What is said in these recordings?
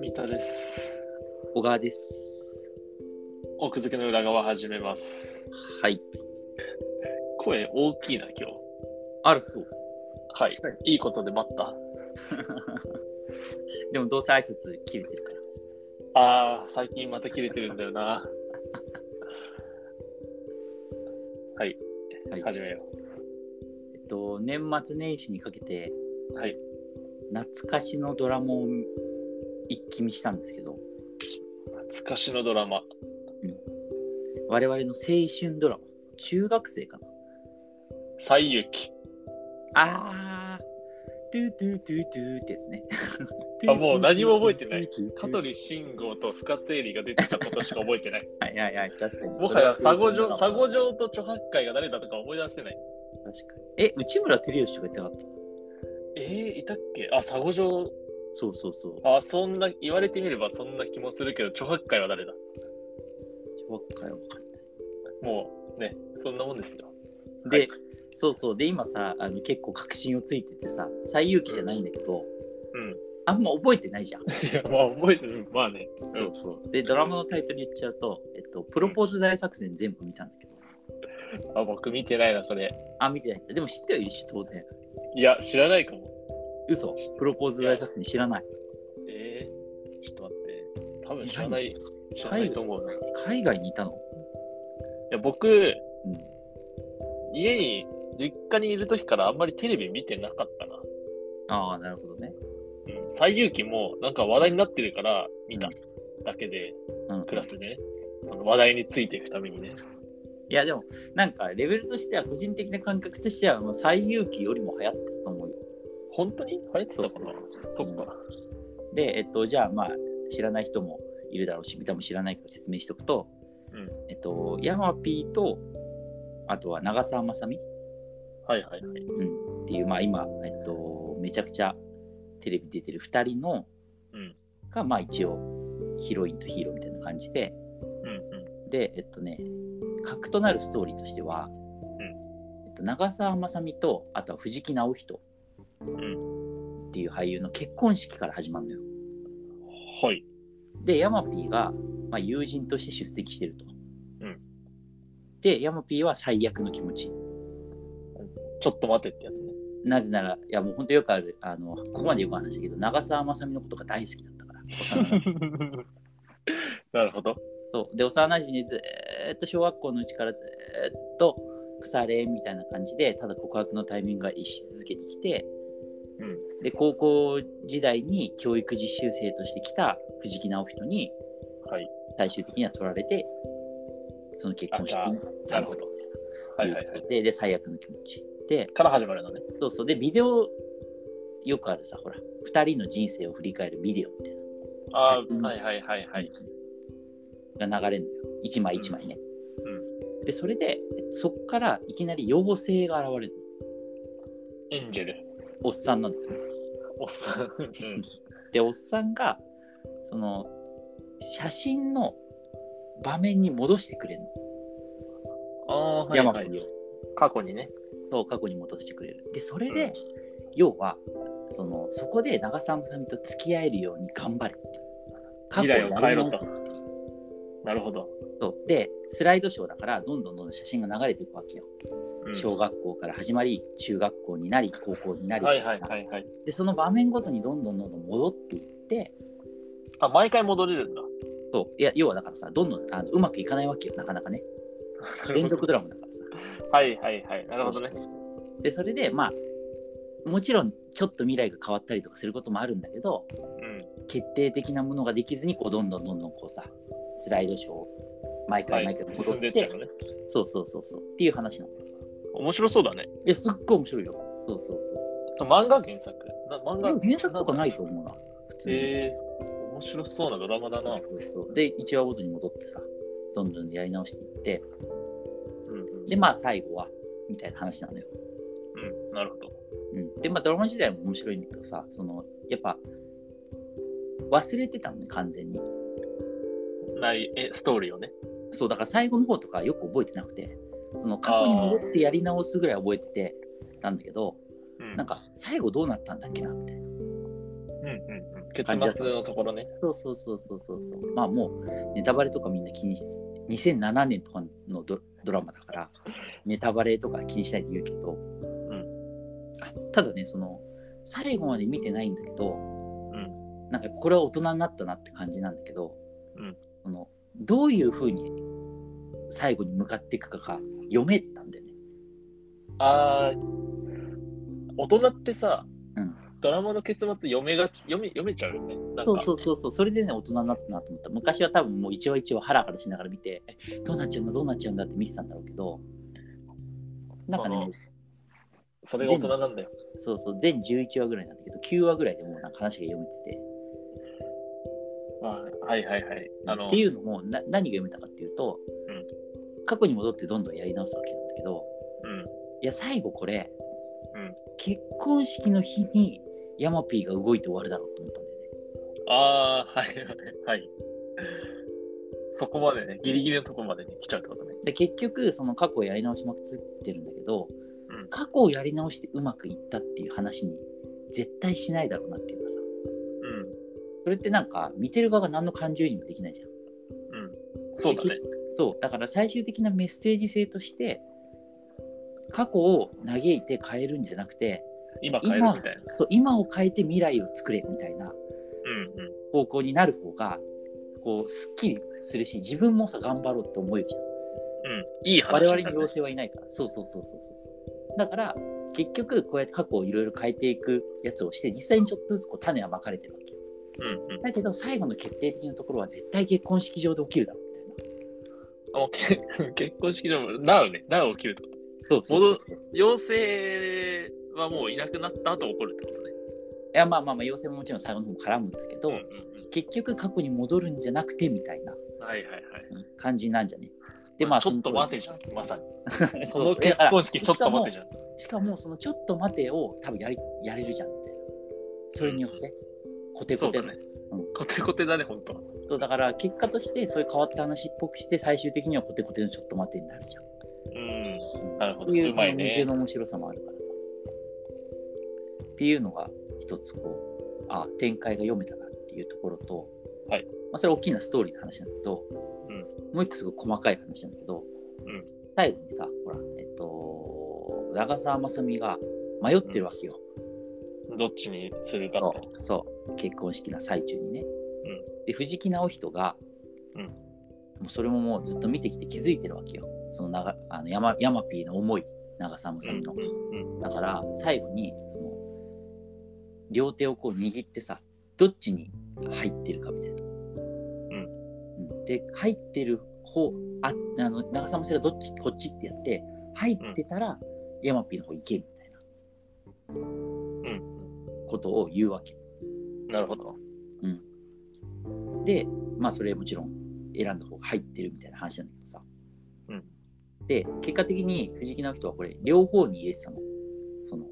三田です。小川です。奥付けの裏側始めます。はい。声大きいな、今日。あら、そう。はい。いいことで待った。でも、どうせ挨拶切れてるから。あー、最近また切れてるんだよな。 はい。はい始めよえっと、年末年始にかけて、う。はい。懐かしのドラマを一気見したんですけど、懐かしのドラマ。我々の青春ドラマ、中学生かな。西遊記。あー、トゥートゥートゥートゥーってやつね。 あもう何も覚えてないトゥート香ゥートゥートゥートゥー。取慎吾と深津絵里が出てたことしか覚えてない。はいはいはい、確かに。もはや、佐護 それ城は青春ドラマ佐護城と著八海が誰だとか思い出せない。確かに。え、内村照吉とか言ってなかったえー、いたっけあ、佐護城。そうそうそう。あ、そんな、言われてみればそんな気もするけど、著八海は誰だ小学会わかんない。もうね、そんなもんですよ。で、はいそうそうで今さあの結構確信をついててさ最有機じゃないんだけど、うん。 あんま覚えてないじゃんいや、まあ覚えてる。まあね。そうそうでドラマのタイトル言っちゃうと「えっと、プロポーズ大作戦」全部見たんだけどあ、僕見てないな、それ。あ見てないんだでも知ってはいるし当然いや、知らないかも。嘘プロポーズ大作戦知らないえー、ちょっと待って。多分知らない。知らないと思うな。い海外にいたの、や、僕、うん、家に、実家にいる時からあんまりテレビ見てなかったな。ああなるほどね、うん。最有機も、なんか話題になってるから、見ただけで、うん、クラスでね。その話題についていくためにね。いやでもなんかレベルとしては個人的な感覚としてはもう最有機よりも流行ってたと思うよ本当に流行ってたかなそうそそうっか。で、えっと、じゃあ、まあ、知らない人もいるだろうし、見たも知らないから説明しておくと、うんえっと、ヤマピーと、あとは長澤まさみ、はいはいはい。うん、っていう、まあ、今、えっと、めちゃくちゃテレビ出てる2人の、うんが、まあ、一応、ヒロインとヒーローみたいな感じで、うんうん。で、えっとね、核となるストーリーとしては、えっと、長澤まさみと、あとは藤木直人っていう俳優の結婚式から始まるのよ。はい。で、ヤマピーが、まあ、友人として出席してると。うんで、ヤマピーは最悪の気持ち。ちょっと待ってってやつね。なぜなら、いやもう本当よくある、あの、ここまでよく話したけど、長澤まさみのことが大好きだったから。幼馴 染なるほど。そうで、幼馴染にずーっと小学校のうちからずーっと腐れ縁みたいな感じで、ただ告白のタイミングが一し続けてきて、うん。で、高校時代に教育実習生として来た藤木直人にはい。最終的には取られて、その結婚式に参加なるほどみたいなはいはいはい。でで最悪の気持ちでから始まるのね。そうそうでビデオよくあるさほら2人の人生を振り返るビデオみたいああ、うんはいはいはいはい。なが流れるのよ1枚1枚ね、うんでそれでそっからいきなり妖精が現れるエンジェル。のおっさんなんだよね、おっさん。うん でおっさんがその写真の場面に戻してくれるの、ああ、はい山は子い。に過去にね。そう過去に戻してくれるでそれうでん、要はそのそこで長澤まさみと付き合えるように頑張れっていう過未来を変えろとやり直せっていうなるほど。そうでスライドショーだからどんどんどんどん写真が流れていくわけよ、うん小学校から始まり中学校になり高校になり、はいはいはいはい。でその場面ごとにどんどんどんどん戻っていってあ、毎回戻れるんだ。そういや要はだからさどんどんあのうまくいかないわけよなかなかね連続ドラマだからさ はいはいはい。なるほどね。でそれでまあもちろんちょっと未来が変わったりとかすることもあるんだけど、うん。決定的なものができずにこうどんどんどんどんこうさスライドショーを毎は回毎い回。戻進っんて、でっちゃうのね。そうそうそうそうっていう話なんだよ。面白そうだね。いやすっごい面白いよ。そうそうそう。漫画原作。な漫で画も原作とかないと思うな普通に。ええー、面白そうなドラマだな。そうそうで1話ごとに戻ってさどんどんやり直していってうんうんでまあ最後はみたいな話なのよ。うん、なるほど。うん、でまあドラマ自体も面白いんだけどさそのやっぱ忘れてたのね完全に。ない、え、ストーリーをね。そうだから最後の方とかよく覚えてなくてその過去に戻ってやり直すぐらい覚えててたんだけどうんなんか最後どうなったんだっけなみたいなうんうんうん、感じ結だった末のところね。そうそうそうそうそうそうまあもうネタバレとかみんな気にし2007年とかのドドラマだからネタバレとか気にしないで言うけど、あただねその最後まで見てないんだけど、なんかこれは大人になったなって感じなんだけど、うんそのどういうふうに最後に向かっていくかが読めたんだよね。ああ、大人ってさ、うんドラマの結末読めがち、読め読めちゃうよね。なんかそうそうそうそうそれでね大人になったなと思った昔は多分もう一話一話ハラハラしながら見てえどうなっちゃうんだどうなっちゃうんだって見てたんだろうけどなんかねそれが大人なんだよ。そうそう全11話ぐらいなんだけど9話ぐらいでもうなんか話が読めててあーはいはいはい。あのっていうのもな何が読めたかっていうと、うん過去に戻ってどんどんやり直すわけなんだけどうん、いや最後これ、うん結婚式の日にヤマピーが動いて終わるだろうと思ったんだよねああ、はいはいはい。そこまでね、ギリギリのとこまでね、来ちゃうってことね。で結局その過去をやり直しまくってるんだけど、うん過去をやり直してうまくいったっていう話に絶対しないだろうなっていうかさそれってなんか見てる側が何の感情にもできないじゃんうん、うん。そうだね。そうだから最終的なメッセージ性として過去を嘆いて変えるんじゃなくて今変える今みたいな。そう今を変えて未来を作れみたいなうんうん。方向になる方がこうすっきりするし自分もさ頑張ろうって思えるじゃんうん、いい話我だ々ねに妖精はいないからそうそうそうそうそうそうだから結局こうやって過去をいろいろ変えていくやつをして実際にちょっとずつこう種はまかれてるわけようんうん。だけど最後の決定的なところは絶対結婚式場で起きるだろうみたいなあもうけ 結婚式でも、なおね、なお起きるってこと。そうそうそうそうそう妖精はもういなくなった後起こるってことね。いやまあまあまあ妖精ももちろん最後の方も絡むんだけど、んん結局過去に戻るんじゃなくてみたいなうん。はいはいはい。感じなんじゃねで、でままあ、あちょっと待てじじゃん、まさに。ゃん この結婚式、ちょっと待てじゃん。しかもそのちょっと待てを多分やりやれるじゃんみたいなそれによってコテそコうテだのねうん。コテコテだね、本当は。そうだから結果としてそういう変わった話っぽくして最終的にはコテコテのちょっと待てになるじゃん。うん。なるほとど。いううそまのい二重ね。の面白さもあるからさ。っていうのが一つこうあ展開が読めたなっていうところと、はいまあ、それは大きなストーリーの話なんだけど、うんもう一個すごい細かい話なんだけど、うん最後にさほらえっと長澤まさみが迷ってるわけよ。どっちにするかそって。うそう結婚式の最中にね、うで藤木直人が、うんもうそれももうずっと見てきて気づいてるわけよその長あの山山ピーの思い長澤まさうみんの、うんだから最後にその両手をこう握ってさどっちに入ってるかみたいな、うんで入ってる方ああの長澤まさみがどっちこっちってやって入ってたら、山ピーの方行けみたいなうん。ことを言うわけうん。なるほど。でまあそれもちろん選んだ方が入ってるみたいな話なんだけどさうん。で結果的に藤木直人はこれ両方に入れてたのその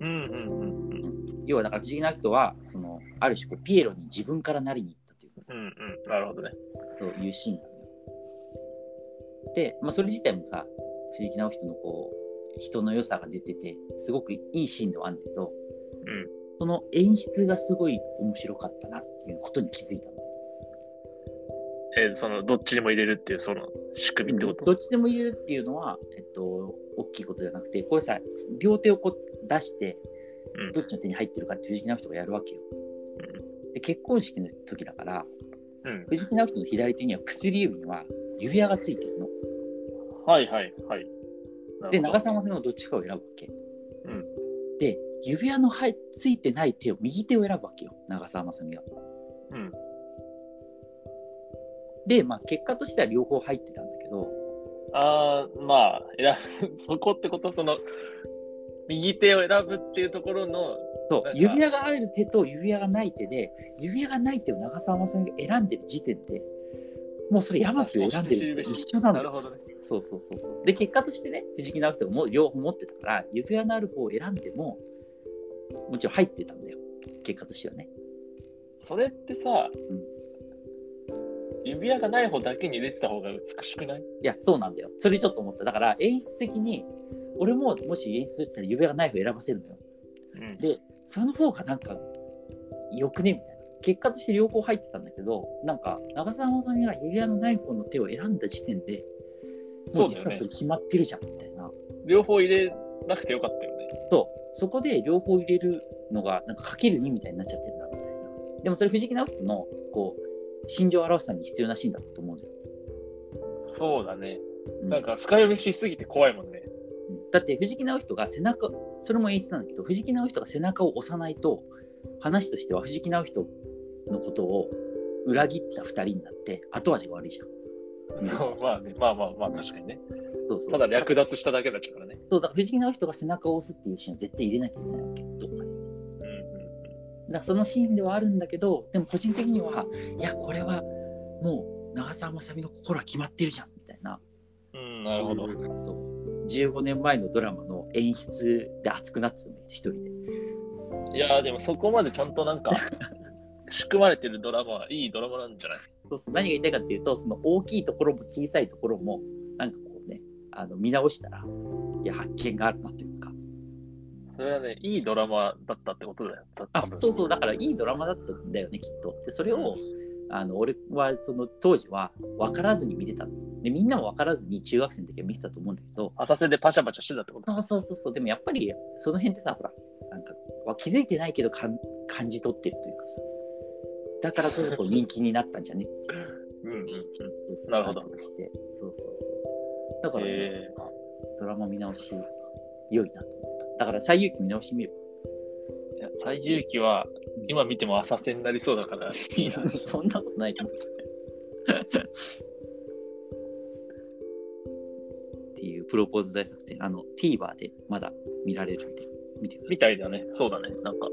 うんうんうんうん。要はだから藤木直人はそのある種こうピエロに自分からなりに行ったというかうさんうん。なるほどね。そういうシーンなのよで、まあ、それ自体もさ藤木直人のこう人の良さが出ててすごくいいシーンではあるんだけどうん。その演出がすごい面白かったなっていうことに気づいたの。えー、その、どっちにも入れるっていう、その、仕組みってことどっちでも入れるっていうのは、えっと、大きいことじゃなくてこれさ両手をこう出してうんどっちの手に入ってるかって藤木直人がやるわけよ。で結婚式の時だからうん。藤木直人の左手には薬指には指輪がついてるの。はいはいはい。で長さ澤まさみはどっちかを選ぶわけ。うんで指輪の入ついてない手を右手を選ぶわけよ長澤まさみは。うん。で、まあ、結果としては両方入ってたんだけどああ、まあ、選ぶそこってこと、その、右手を選ぶっていうところの、そうなんか指輪がある手と指輪がない手で指輪がない手を長澤まさみが選んでる時点でもうそれ山木を選んでるのと一緒なのよほどね。そうそうそうそうで結果としてね藤木直人も両方持ってたから指輪のある方を選んでももちろん入ってたんだよ結果としてはねそれってさ、うん指輪がない方だけに入れてた方が美しくないいやそうなんだよそれちょっと思っただから演出的に俺ももし演出してたら指輪がナイフ選ばせるのよ。うんでその方がなんかよくねみたいな結果として両方入ってたんだけどなんか長澤まさみが指輪のナイフの手を選んだ時点でもそううだ実よはねそれ決まってるじゃんみたいな両方入れなくてよかったよね。そうそこで両方入れるのがなんかかける2みたいになっちゃってるなみたいなでもそれ藤木直人のこう心情を表すために必要なシーンだったと思うんだよ、そうだね。うんなんか深読みしすぎて怖いもんね。うんだって藤木直人が背中それも演出なんだけど藤木直人が背中を押さないと話としては藤木直人のことを裏切った2人になって後味が悪いじゃんうんそう、まあね、まあまあまあ、確かにね。そうそうただ略奪しただけだったからね。そうだから藤木直人が背中を押すっていうシーンは絶対入れなきゃいけないわけどっかにだうんうんからそのシーンではあるんだけどでも個人的にはいやこれはもう長澤まさみの心は決まってるじゃんみたいなうん。うん、なるほど。そう15年前のドラマの演出で熱くなってたんだけど一人いでやー、でもそこまでちゃんとなん か、仕組まれてるドラマはいいドラマなんじゃないそうそう何が言いたいかっていうとその大きいところも小さいところもなんかこうねあの見直したらいや発見があるなというかそれはね、いいドラマだったってことだよ。たあ多分そうそうだからいいドラマだったんだよねきっとでそれをあの俺はその当時は分からずに見てたでみんなも分からずに中学生の時は見てたと思うんだけど浅瀬でパシャパシャしてたってことそうそうそうそうでもやっぱりその辺ってさほらなんかわ気づいてないけどかん感じ取ってるというかさだからこそこう人気になったんじゃねっていうさうんうんうん。ななるるほほどど。そうそうそう。だから、ねえドラマ見直し、良いなと思った。だから、最優記見直してみれば。いや、最有機は、今見ても浅瀬になりそうだから、いいな。そんなことないと思った。っていうプロポーズ大作戦、あの、TVer でまだ見られるんで、見てください。みたいだね。そうだね。なんか、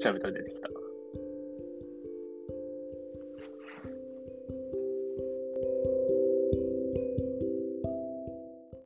調べたら出てきた。